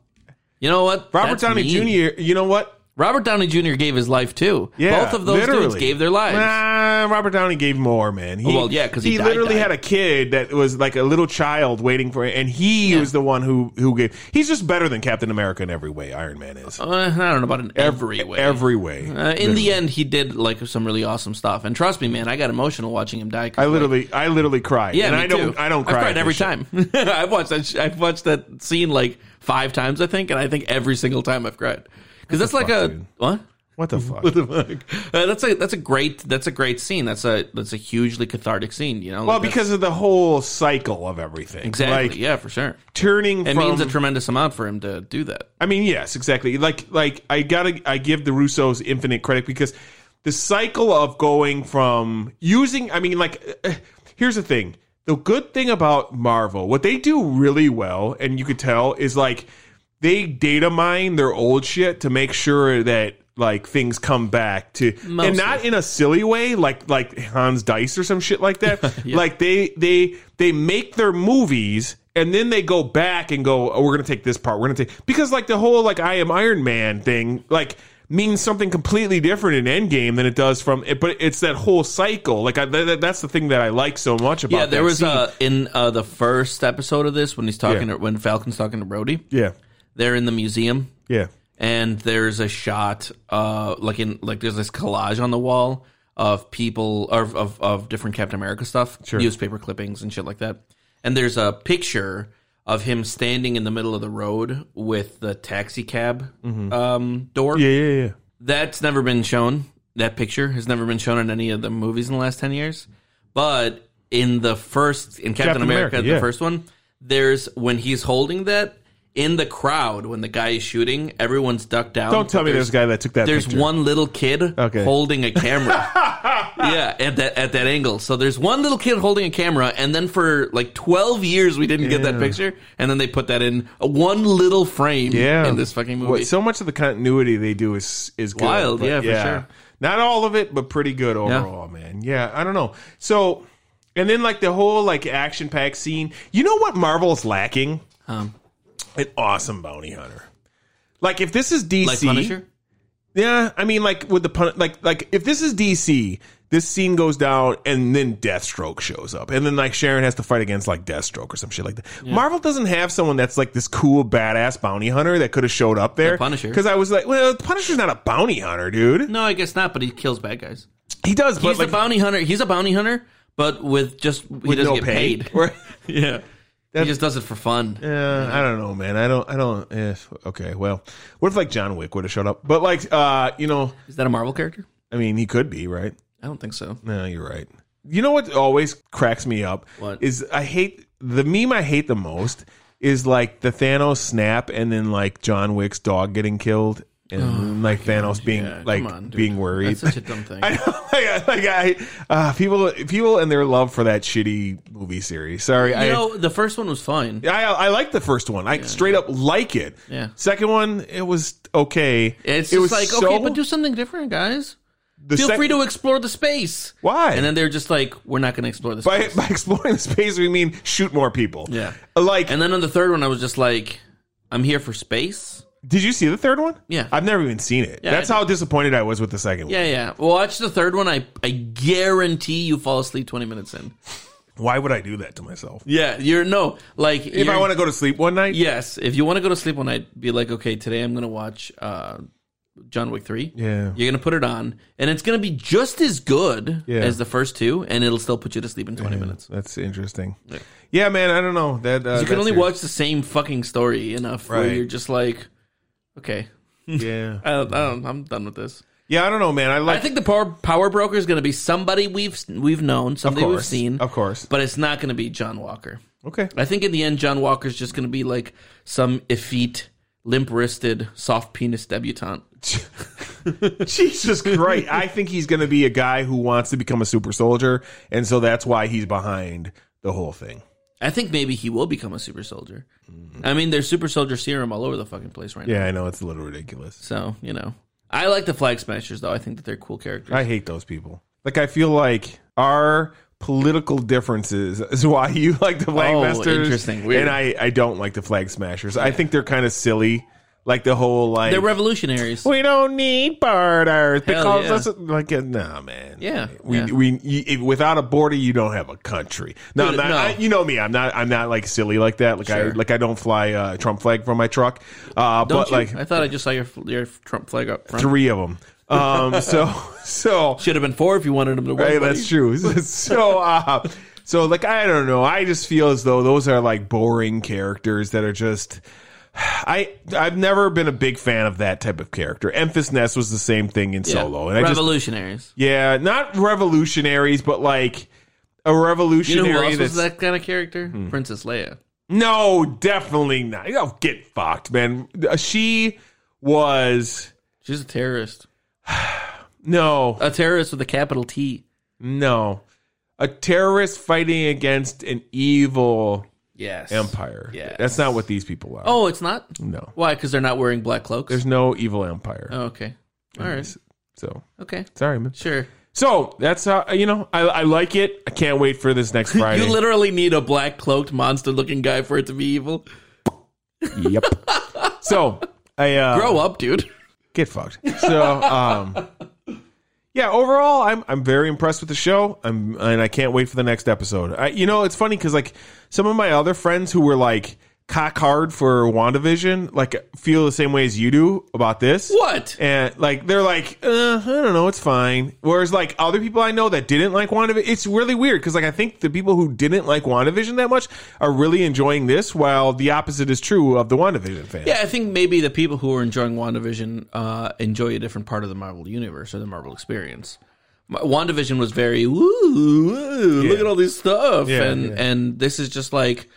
[SPEAKER 1] You know what?
[SPEAKER 2] Robert
[SPEAKER 1] That's
[SPEAKER 2] Downey
[SPEAKER 1] mean.
[SPEAKER 2] Jr. You know what?
[SPEAKER 1] Robert Downey Jr. gave his life too.
[SPEAKER 2] Yeah,
[SPEAKER 1] Both of those dudes
[SPEAKER 2] literally.
[SPEAKER 1] gave their lives.
[SPEAKER 2] Nah, Robert Downey gave more, man. He,
[SPEAKER 1] Well, yeah, 'cause he died,
[SPEAKER 2] literally
[SPEAKER 1] died.
[SPEAKER 2] had a kid that was like a little child waiting for it, and he was the one who who gave. He's just better than Captain America in every way. Iron Man is.
[SPEAKER 1] Uh, I don't know about in every way.
[SPEAKER 2] Every way.
[SPEAKER 1] uh, in the end, he did like some really awesome stuff, and trust me, man, I got emotional watching him die. 'cause,
[SPEAKER 2] I
[SPEAKER 1] like,
[SPEAKER 2] literally, I literally cried.
[SPEAKER 1] Yeah,
[SPEAKER 2] and
[SPEAKER 1] me
[SPEAKER 2] I don't,
[SPEAKER 1] too.
[SPEAKER 2] I
[SPEAKER 1] I've
[SPEAKER 2] don't cry.
[SPEAKER 1] cried
[SPEAKER 2] at
[SPEAKER 1] every
[SPEAKER 2] this shit.
[SPEAKER 1] time. I've watched that. sh- I've watched that scene like five times, I think, and I think every single time I've cried because that's like a
[SPEAKER 2] dude?
[SPEAKER 1] what?
[SPEAKER 2] What the fuck?
[SPEAKER 1] Uh, that's a that's a great that's a great scene. That's a that's a hugely cathartic scene. You know,
[SPEAKER 2] well,
[SPEAKER 1] Like, that's-
[SPEAKER 2] because of the whole cycle of everything.
[SPEAKER 1] exactly,
[SPEAKER 2] Like,
[SPEAKER 1] yeah, for sure.
[SPEAKER 2] turning
[SPEAKER 1] It
[SPEAKER 2] from.
[SPEAKER 1] means a tremendous amount for him to do that.
[SPEAKER 2] I mean, yes, exactly. Like, like I gotta, I give the Russos infinite credit because the cycle of going from using. I mean, like, uh, here's the thing: the good thing about Marvel, what they do really well, and you could tell, is like they data mine their old shit to make sure that like things come back to and not in a silly way like like Hans Dice or some shit like that like they they they make their movies and then they go back and go oh, we're going to take this part we're going to take because like the whole like I am Iron Man thing like means something completely different in Endgame than it does from it but it's that whole cycle like I, th- th- that's the thing that I like so much about
[SPEAKER 1] Yeah, there
[SPEAKER 2] that
[SPEAKER 1] was
[SPEAKER 2] scene.
[SPEAKER 1] uh, in uh, the first episode of this when he's talking
[SPEAKER 2] Yeah.
[SPEAKER 1] to, when Falcon's talking to Brody.
[SPEAKER 2] yeah
[SPEAKER 1] They're in the museum.
[SPEAKER 2] yeah
[SPEAKER 1] and there's a shot uh like in like there's this collage on the wall of people of of, of different captain america stuff newspaper clippings and shit like that and there's a picture of him standing in the middle of the road with the taxi cab um, door.
[SPEAKER 2] Yeah, yeah, yeah.
[SPEAKER 1] That's never been shown. That picture has never been shown in any of the movies in the last 10 years. But in the first, in Captain,
[SPEAKER 2] Captain
[SPEAKER 1] America,
[SPEAKER 2] America, yeah.
[SPEAKER 1] the first one, there's when he's holding that in the crowd when the guy is shooting, everyone's ducked down.
[SPEAKER 2] Don't tell
[SPEAKER 1] but
[SPEAKER 2] me
[SPEAKER 1] there's
[SPEAKER 2] there's a guy that took that.
[SPEAKER 1] there's
[SPEAKER 2] picture.
[SPEAKER 1] one little kid
[SPEAKER 2] Okay.
[SPEAKER 1] holding a camera. yeah, at that at that angle. So there's one little kid holding a camera, and then for like 12 years we didn't get that
[SPEAKER 2] Yeah.
[SPEAKER 1] picture, and then they put that in a one little frame
[SPEAKER 2] Yeah,
[SPEAKER 1] in this fucking movie.
[SPEAKER 2] What- so much of the continuity they do is is good,
[SPEAKER 1] Wild,
[SPEAKER 2] but
[SPEAKER 1] yeah, for sure.
[SPEAKER 2] Not all of it, but pretty good overall, man. Yeah, I don't know. So, and then like the whole like action pack scene. You know what Marvel's lacking?
[SPEAKER 1] Um,
[SPEAKER 2] An awesome bounty hunter. Like if this is DC,
[SPEAKER 1] like Punisher?
[SPEAKER 2] yeah, I mean, like with the pun, like like if this is DC, this scene goes down, and then Deathstroke shows up, and then like Sharon has to fight against like Deathstroke or some shit like that. Marvel doesn't have someone that's like this cool badass bounty hunter that could have showed up there.
[SPEAKER 1] The Punisher.
[SPEAKER 2] because I was like, well, Punisher's not a bounty hunter, dude.
[SPEAKER 1] No, I guess not, but he kills bad guys.
[SPEAKER 2] He does, but
[SPEAKER 1] He's
[SPEAKER 2] like
[SPEAKER 1] a bounty hunter. He's a bounty hunter, but with just he
[SPEAKER 2] with
[SPEAKER 1] doesn't
[SPEAKER 2] no
[SPEAKER 1] get
[SPEAKER 2] pay.
[SPEAKER 1] paid.
[SPEAKER 2] Or-
[SPEAKER 1] yeah. he just does it for fun.
[SPEAKER 2] Yeah, I don't know, man. I don't. I don't. eh, okay, well, what if like John Wick would have showed up? But like, uh, you know,
[SPEAKER 1] Is that a Marvel character?
[SPEAKER 2] I mean, he could be right.
[SPEAKER 1] I don't think so.
[SPEAKER 2] No, you're right. You know what always cracks me up
[SPEAKER 1] What?
[SPEAKER 2] is I hate the meme I hate the most is like the Thanos snap and then like John Wick's dog getting killed and like Thanos being
[SPEAKER 1] Oh Yeah,
[SPEAKER 2] like
[SPEAKER 1] come on, dude.
[SPEAKER 2] being worried.
[SPEAKER 1] That's such a dumb thing.
[SPEAKER 2] I know, like, like I uh, people people and their love for that shitty movie series. Sorry, I
[SPEAKER 1] you know, the first one was fine.
[SPEAKER 2] I I like the first one. I straight up like it.
[SPEAKER 1] Yeah.
[SPEAKER 2] Second one, it was okay.
[SPEAKER 1] It's
[SPEAKER 2] it
[SPEAKER 1] just
[SPEAKER 2] was
[SPEAKER 1] like,
[SPEAKER 2] so-
[SPEAKER 1] okay, but do something different, guys.
[SPEAKER 2] the
[SPEAKER 1] Feel
[SPEAKER 2] sec-
[SPEAKER 1] free to explore the space.
[SPEAKER 2] Why?
[SPEAKER 1] And then they're just like, we're not going to explore the
[SPEAKER 2] by,
[SPEAKER 1] space.
[SPEAKER 2] by exploring the space, we mean shoot more people.
[SPEAKER 1] Yeah.
[SPEAKER 2] Like,
[SPEAKER 1] And then on the third one, I was just like, I'm here for space.
[SPEAKER 2] Did you see the third one?
[SPEAKER 1] Yeah.
[SPEAKER 2] I've never even seen it.
[SPEAKER 1] Yeah,
[SPEAKER 2] That's
[SPEAKER 1] I
[SPEAKER 2] how disappointed I was with the second one.
[SPEAKER 1] Yeah, yeah. Watch the third one. I, I guarantee you fall asleep 20 minutes in.
[SPEAKER 2] Why would I do that to myself?
[SPEAKER 1] Yeah, you're no like
[SPEAKER 2] If I want to go to sleep one night?
[SPEAKER 1] Yes, if you want to go to sleep one night, be like, okay, today I'm going to watch uh, John Wick three.
[SPEAKER 2] Yeah.
[SPEAKER 1] You're going to put it on, and it's going to be just as good
[SPEAKER 2] Yeah.
[SPEAKER 1] as the first two, and it'll still put you to sleep in 20 minutes.
[SPEAKER 2] That's interesting. Yeah. man, I don't know. That uh,
[SPEAKER 1] You can
[SPEAKER 2] that's
[SPEAKER 1] only
[SPEAKER 2] your-
[SPEAKER 1] watch the same fucking story enough where
[SPEAKER 2] Right.
[SPEAKER 1] you're just like, okay,
[SPEAKER 2] Yeah.
[SPEAKER 1] I don't, I don't, I'm done with this.
[SPEAKER 2] Yeah, I don't know, man. I
[SPEAKER 1] I
[SPEAKER 2] like
[SPEAKER 1] think the power power broker is going to be somebody we've we've known, somebody we've
[SPEAKER 2] course,
[SPEAKER 1] seen,
[SPEAKER 2] of course.
[SPEAKER 1] but it's not going to be John Walker.
[SPEAKER 2] Okay.
[SPEAKER 1] I think in the end, John Walker's just going to be like some effete, limp wristed, soft penis debutante.
[SPEAKER 2] Jesus Christ. I think he's going to be a guy who wants to become a super soldier and so that's why he's behind the whole thing.
[SPEAKER 1] I think maybe he will become a super soldier. I mean, there's super soldier serum all over the fucking place right now.
[SPEAKER 2] Mm-hmm. Yeah, I know it's a little ridiculous.
[SPEAKER 1] So you know, I like the flag smashers though. I think that they're cool characters.
[SPEAKER 2] I hate those people. Like I feel like our political differces is why you like the flag
[SPEAKER 1] Oh,
[SPEAKER 2] masters.
[SPEAKER 1] interesting. Weird.
[SPEAKER 2] And I, I don't like the flag smashers. I think they're kind of silly. Like the whole like
[SPEAKER 1] they're revolutionaries.
[SPEAKER 2] we don't need borders because
[SPEAKER 1] yeah.
[SPEAKER 2] that's like nah man.
[SPEAKER 1] Yeah,
[SPEAKER 2] We
[SPEAKER 1] yeah.
[SPEAKER 2] we y- if, without a border you don't have a country. No,
[SPEAKER 1] Dude,
[SPEAKER 2] I'm not,
[SPEAKER 1] no.
[SPEAKER 2] I, you know me. I'm not I'm not like silly like that. Like I
[SPEAKER 1] Sure.
[SPEAKER 2] like I don't fly uh, Trump flag from my truck. Uh
[SPEAKER 1] Don't
[SPEAKER 2] but
[SPEAKER 1] you?
[SPEAKER 2] like
[SPEAKER 1] I thought I just saw your your Trump flag up front.
[SPEAKER 2] three of them. Um so so
[SPEAKER 1] Should have been four if you wanted them to win.
[SPEAKER 2] Hey,
[SPEAKER 1] buddy.
[SPEAKER 2] that's true. so, uh, so like I don't know. I just feel as though those are like boring characters that are just. I I've never been a big fan of that type of character. Emphas Ness was the same thing in
[SPEAKER 1] Yeah.
[SPEAKER 2] Solo, and I just
[SPEAKER 1] revolutionaries.
[SPEAKER 2] yeah, not revolutionaries, but like a
[SPEAKER 1] you
[SPEAKER 2] revolutionary.
[SPEAKER 1] know who else was
[SPEAKER 2] that's,
[SPEAKER 1] that kind of character?
[SPEAKER 2] Hmm.
[SPEAKER 1] Princess Leia.
[SPEAKER 2] No, definitely not. You know, get fucked, man. Uh, She was
[SPEAKER 1] She's a terrorist.
[SPEAKER 2] no.
[SPEAKER 1] A terrorist with a capital T.
[SPEAKER 2] No. A terrorist fighting against an evil
[SPEAKER 1] Yes.
[SPEAKER 2] empire.
[SPEAKER 1] Yes.
[SPEAKER 2] That's not what these people are.
[SPEAKER 1] Oh, it's not.
[SPEAKER 2] No.
[SPEAKER 1] Why? Because they're not wearing black cloaks.
[SPEAKER 2] There's no evil empire.
[SPEAKER 1] oh, okay. All right.
[SPEAKER 2] So
[SPEAKER 1] Okay.
[SPEAKER 2] sorry, man.
[SPEAKER 1] Sure.
[SPEAKER 2] So that's how you know I, I like it. I can't wait for this next Friday.
[SPEAKER 1] You literally need a black cloaked monster looking guy for it to be evil.
[SPEAKER 2] yep. So I uh,
[SPEAKER 1] Grow up, dude.
[SPEAKER 2] get fucked. So um, yeah. Overall, I'm I'm very impressed with the show. I'm and I can't wait for the next episode. I, you know, it's funny because like some of my other friends who were like cock hard for WandaVision, like feel the same way as you do about this.
[SPEAKER 1] What?
[SPEAKER 2] And like they're like, uh, I don't know, it's fine. Whereas like other people I know that didn't like WandaVision, it's really weird because like I think the people who didn't like WandaVision that much are really enjoying this, while the opposite is true of the WandaVision fans.
[SPEAKER 1] Yeah, I think maybe the people who are enjoying WandaVision uh, enjoy a different part of the Marvel universe or the Marvel experience. Ma- WandaVision was very "Ooh, ooh, look
[SPEAKER 2] Yeah.
[SPEAKER 1] at all this stuff,
[SPEAKER 2] Yeah,
[SPEAKER 1] and
[SPEAKER 2] yeah.
[SPEAKER 1] and this is just like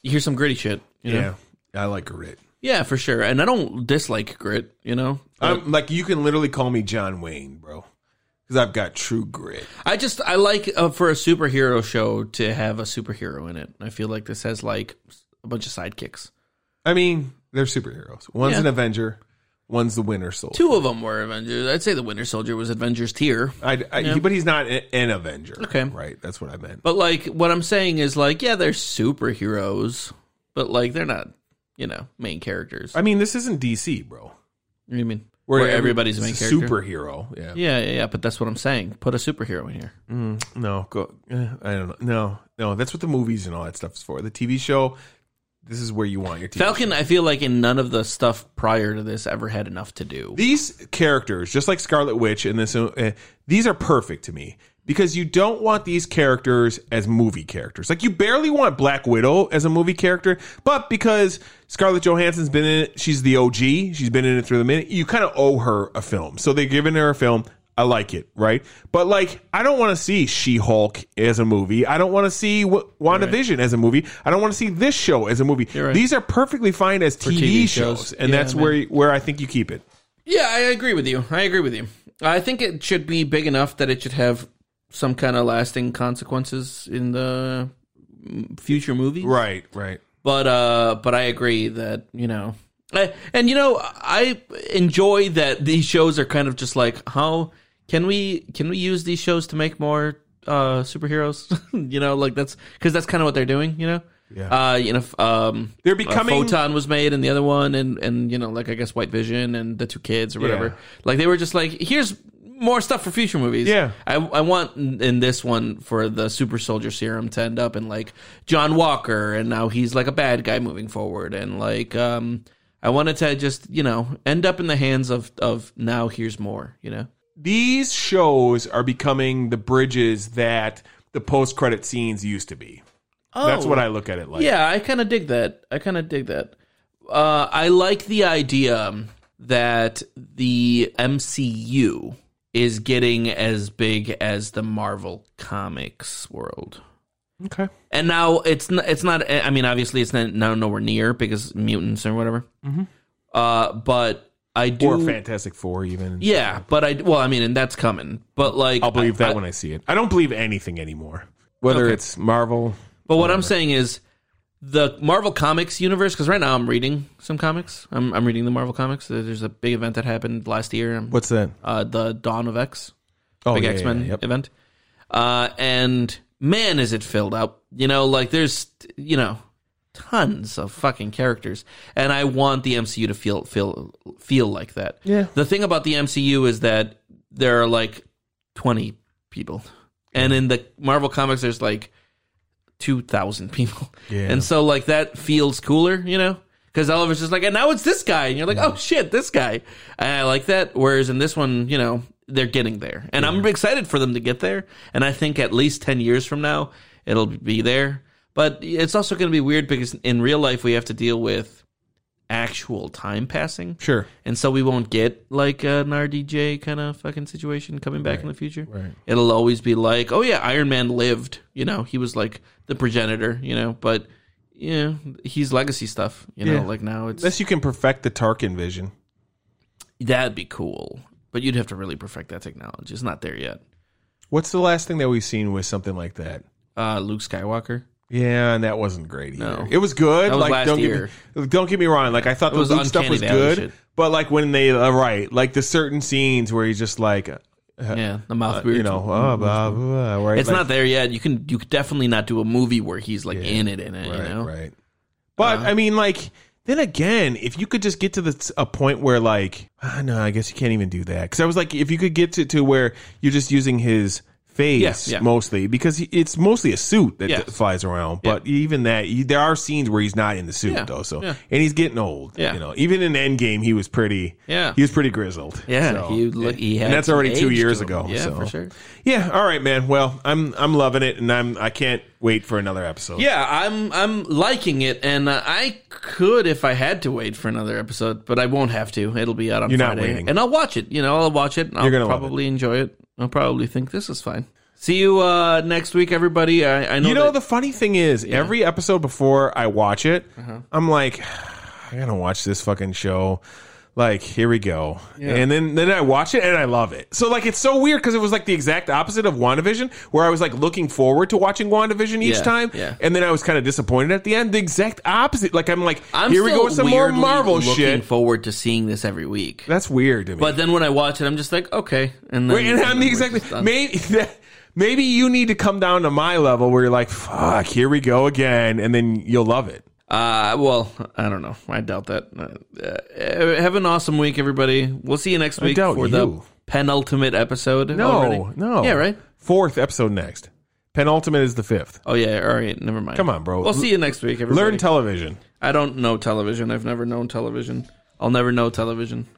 [SPEAKER 1] you hear some gritty shit. You know? Yeah,
[SPEAKER 2] I like grit.
[SPEAKER 1] yeah, for sure. And I don't dislike grit. You know,
[SPEAKER 2] I'm like you can literally call me John Wayne, bro, because I've got true grit.
[SPEAKER 1] I just I like uh, for a superhero show to have a superhero in it. I feel like this has like a bunch of sidekicks.
[SPEAKER 2] I mean, they're superheroes. One's
[SPEAKER 1] Yeah.
[SPEAKER 2] an Avenger, one's the Winter Soldier.
[SPEAKER 1] Two of them were Avengers. I'd say the Winter Soldier was Avengers tier.
[SPEAKER 2] I, I, he- But he's not a- an Avenger.
[SPEAKER 1] Okay.
[SPEAKER 2] right? That's what I meant.
[SPEAKER 1] But like what I'm saying is like yeah, they're superheroes, but like they're not, you know, main characters.
[SPEAKER 2] I mean, this isn't DC, bro.
[SPEAKER 1] You know what I mean? Where, everybody's a main
[SPEAKER 2] it's a
[SPEAKER 1] character.
[SPEAKER 2] superhero. Yeah.
[SPEAKER 1] Yeah, yeah, yeah, but that's what I'm saying. Put a superhero in here.
[SPEAKER 2] No, go. eh, I don't know. No, no. That's what the movies and all that stuff is for. The TV show. This is where you want your TV.
[SPEAKER 1] Falcon, I feel like in none of the stuff prior to this ever had enough to do.
[SPEAKER 2] these characters, just like Scarlet Witch and this, uh, these are perfect to me because you don't want these characters as movie characters. Like you barely want Black Widow as a movie character, but because Scarlett Johansson's been in it, she's the OG. She's been in it through the minute. You kind of owe her a film, so they're giving her a film. I like it, right? But like, I don't want to see She Hulk as a movie. I don't want to see w- WandaVision as a movie. I don't want to see this show as a movie.
[SPEAKER 1] right.
[SPEAKER 2] These are perfectly fine as TV,
[SPEAKER 1] TV
[SPEAKER 2] shows,
[SPEAKER 1] shows.
[SPEAKER 2] and
[SPEAKER 1] Yeah,
[SPEAKER 2] that's
[SPEAKER 1] man.
[SPEAKER 2] where where I think you keep it.
[SPEAKER 1] Yeah, I agree with you. I agree with you. I think it should be big enough that it should have some kind of lasting consequences in the mm, future movies.
[SPEAKER 2] Right, right.
[SPEAKER 1] But uh but I agree that, you know, I, and you know, I enjoy that these shows are kind of just like how can we can we use these shows to make more uh superheroes? you know, like that's cuz that's kind of what they're doing, you know.
[SPEAKER 2] Yeah.
[SPEAKER 1] Uh, you know, f- um,
[SPEAKER 2] They're
[SPEAKER 1] uh,
[SPEAKER 2] becoming-
[SPEAKER 1] Photon was made, and the other one, and and you know, like I guess White Vision and the two kids or whatever.
[SPEAKER 2] Yeah.
[SPEAKER 1] Like they were just like, here's more stuff for future movies.
[SPEAKER 2] Yeah.
[SPEAKER 1] I, I want in in this one for the super soldier serum to end up in like John Walker, and now he's like a bad guy moving forward, and like um, I wanted to just you know end up in the hands of of now here's more, you know.
[SPEAKER 2] These shows are becoming the bridges that the post credit scenes used to be. That's what I look at it like.
[SPEAKER 1] Yeah, I kind of dig that. I kind of dig that. Uh, I like the idea that the MCU is getting as big as the Marvel Comics world.
[SPEAKER 2] Okay.
[SPEAKER 1] And now it's not, it's not. eh, I mean, obviously, it's not now nowhere near because mutants or whatever. Uh, but I do.
[SPEAKER 2] Mm-hmm. Or Fantastic Four, even.
[SPEAKER 1] yeah, but I well, I mean, and that's coming. But like,
[SPEAKER 2] I'll believe that when I see it. I don't believe anything anymore, whether it's Marvel.
[SPEAKER 1] But what I'm saying is the Marvel Comics universe, because right now I'm reading some comics. I'm, I'm reading the Marvel Comics. There- There's a big event that happened last year.
[SPEAKER 2] What's that?
[SPEAKER 1] Uh, the Dawn of X,
[SPEAKER 2] Oh,
[SPEAKER 1] big
[SPEAKER 2] yeah, yeah,
[SPEAKER 1] X Men
[SPEAKER 2] yeah, yep.
[SPEAKER 1] event. Uh, and man, is it filled up. You know, like there's, you know, tons of fucking characters. And I want the MCU to feel feel feel like that.
[SPEAKER 2] Yeah.
[SPEAKER 1] The thing about the MCU is that there are like 20 people. And in the Marvel comics there's like 2000 people.
[SPEAKER 2] Yeah.
[SPEAKER 1] And so like that feels cooler, you know? Cuz Oliver's just like and now it's this guy and you're like, "Oh shit, this guy." And I like that whereas in this one, you know, they're getting there. And I'm excited for them to get there, and I think at least 10 years from now it'll be there. But it's also going to be weird because in real life we have to deal with actual time passing
[SPEAKER 2] Sure.
[SPEAKER 1] and so we won't get like an RDJ kind of fucking situation coming back in the future.
[SPEAKER 2] right.
[SPEAKER 1] It'll always be like, oh yeah, Iron Man lived. You know, he was like the progenitor. You know, but you know, he's legacy stuff. You know,
[SPEAKER 2] Yeah.
[SPEAKER 1] like now it's
[SPEAKER 2] Unless you can perfect the Tarkin vision.
[SPEAKER 1] that'd be cool, but you'd have to really perfect that technology. It's not there yet.
[SPEAKER 2] What's the last thing that we've seen with something like that?
[SPEAKER 1] Uh, Luke Skywalker.
[SPEAKER 2] Yeah, and that wasn't great either.
[SPEAKER 1] No.
[SPEAKER 2] It was good.
[SPEAKER 1] was
[SPEAKER 2] like
[SPEAKER 1] last
[SPEAKER 2] don't
[SPEAKER 1] year.
[SPEAKER 2] get me don't get me wrong. Like I thought the
[SPEAKER 1] was
[SPEAKER 2] Luke stuff
[SPEAKER 1] Uncanny
[SPEAKER 2] was
[SPEAKER 1] Valley
[SPEAKER 2] good,
[SPEAKER 1] shit.
[SPEAKER 2] but like when they uh, right, like the certain scenes where he's just like, uh,
[SPEAKER 1] Yeah, the mouth. weird.
[SPEAKER 2] you know, uh, blah, blah, blah, right?
[SPEAKER 1] it's
[SPEAKER 2] Like,
[SPEAKER 1] not there yet. You can you could definitely not do a movie where he's like in it in it.
[SPEAKER 2] right,
[SPEAKER 1] you know,
[SPEAKER 2] right. But
[SPEAKER 1] Uh-huh.
[SPEAKER 2] I mean, like then again, if you could just get to the a point where like, ah, no, I guess you can't even do that because I was like, if you could get to to where you're just using his face
[SPEAKER 1] Yeah, yeah.
[SPEAKER 2] mostly because he, it's mostly a suit that
[SPEAKER 1] Yes.
[SPEAKER 2] flies around. But even that, he, there are scenes where he's not in the suit
[SPEAKER 1] Yeah,
[SPEAKER 2] though. So
[SPEAKER 1] yeah.
[SPEAKER 2] and he's getting old.
[SPEAKER 1] Yeah.
[SPEAKER 2] You know, even in Endgame, he was pretty.
[SPEAKER 1] Yeah.
[SPEAKER 2] He was pretty grizzled.
[SPEAKER 1] Yeah,
[SPEAKER 2] So,
[SPEAKER 1] he, look, he had
[SPEAKER 2] and that's
[SPEAKER 1] some
[SPEAKER 2] already two
[SPEAKER 1] age
[SPEAKER 2] years
[SPEAKER 1] to him.
[SPEAKER 2] ago.
[SPEAKER 1] Yeah,
[SPEAKER 2] so.
[SPEAKER 1] for sure.
[SPEAKER 2] Yeah. All right, man. Well, I'm I'm loving it, and I'm I can't wait for another episode.
[SPEAKER 1] Yeah, I'm I'm liking it, and uh, I could if I had to wait for another episode, but I won't have to. It'll be out on
[SPEAKER 2] You're not
[SPEAKER 1] Friday,
[SPEAKER 2] waiting.
[SPEAKER 1] and I'll watch it. You know, I'll watch it. And I'll
[SPEAKER 2] You're gonna love
[SPEAKER 1] probably enjoy it. I'll probably think this is fine. See you uh, next week, everybody. I, I know
[SPEAKER 2] You know,
[SPEAKER 1] that-
[SPEAKER 2] the funny thing is, every episode before I watch it,
[SPEAKER 1] Uh-huh.
[SPEAKER 2] I'm like, I gotta watch this fucking show. Like, here we go. And then then I watch it and I love it. So like it's so weird because it was like the exact opposite of WandaVision, where I was like looking forward to watching WandaVision each
[SPEAKER 1] Yeah,
[SPEAKER 2] time.
[SPEAKER 1] yeah.
[SPEAKER 2] And then I was kind of disappointed at the end. The exact opposite. Like I'm like,
[SPEAKER 1] I'm
[SPEAKER 2] here we go
[SPEAKER 1] still
[SPEAKER 2] with some more
[SPEAKER 1] weirdly
[SPEAKER 2] Marvel
[SPEAKER 1] looking
[SPEAKER 2] shit.
[SPEAKER 1] Forward to seeing this every week,
[SPEAKER 2] That's weird to me.
[SPEAKER 1] but then when I watch it, I'm just like, okay, and then,
[SPEAKER 2] Wait, and I'm the
[SPEAKER 1] we're
[SPEAKER 2] exact
[SPEAKER 1] just done.
[SPEAKER 2] maybe maybe you need to come down to my level where you're like, fuck, here we go again, and then you'll love it.
[SPEAKER 1] Uh, well, I don't know. I doubt that. Uh, uh, have an awesome week, everybody. We'll see you next week
[SPEAKER 2] doubt
[SPEAKER 1] for the
[SPEAKER 2] you.
[SPEAKER 1] penultimate episode.
[SPEAKER 2] No,
[SPEAKER 1] already.
[SPEAKER 2] no.
[SPEAKER 1] Yeah, right?
[SPEAKER 2] Fourth episode next. Penultimate is the fifth.
[SPEAKER 1] Oh, yeah. All right. Never mind.
[SPEAKER 2] Come on, bro.
[SPEAKER 1] We'll see you next week, everybody.
[SPEAKER 2] Learn television.
[SPEAKER 1] I don't know television. I've never known television. I'll never know television.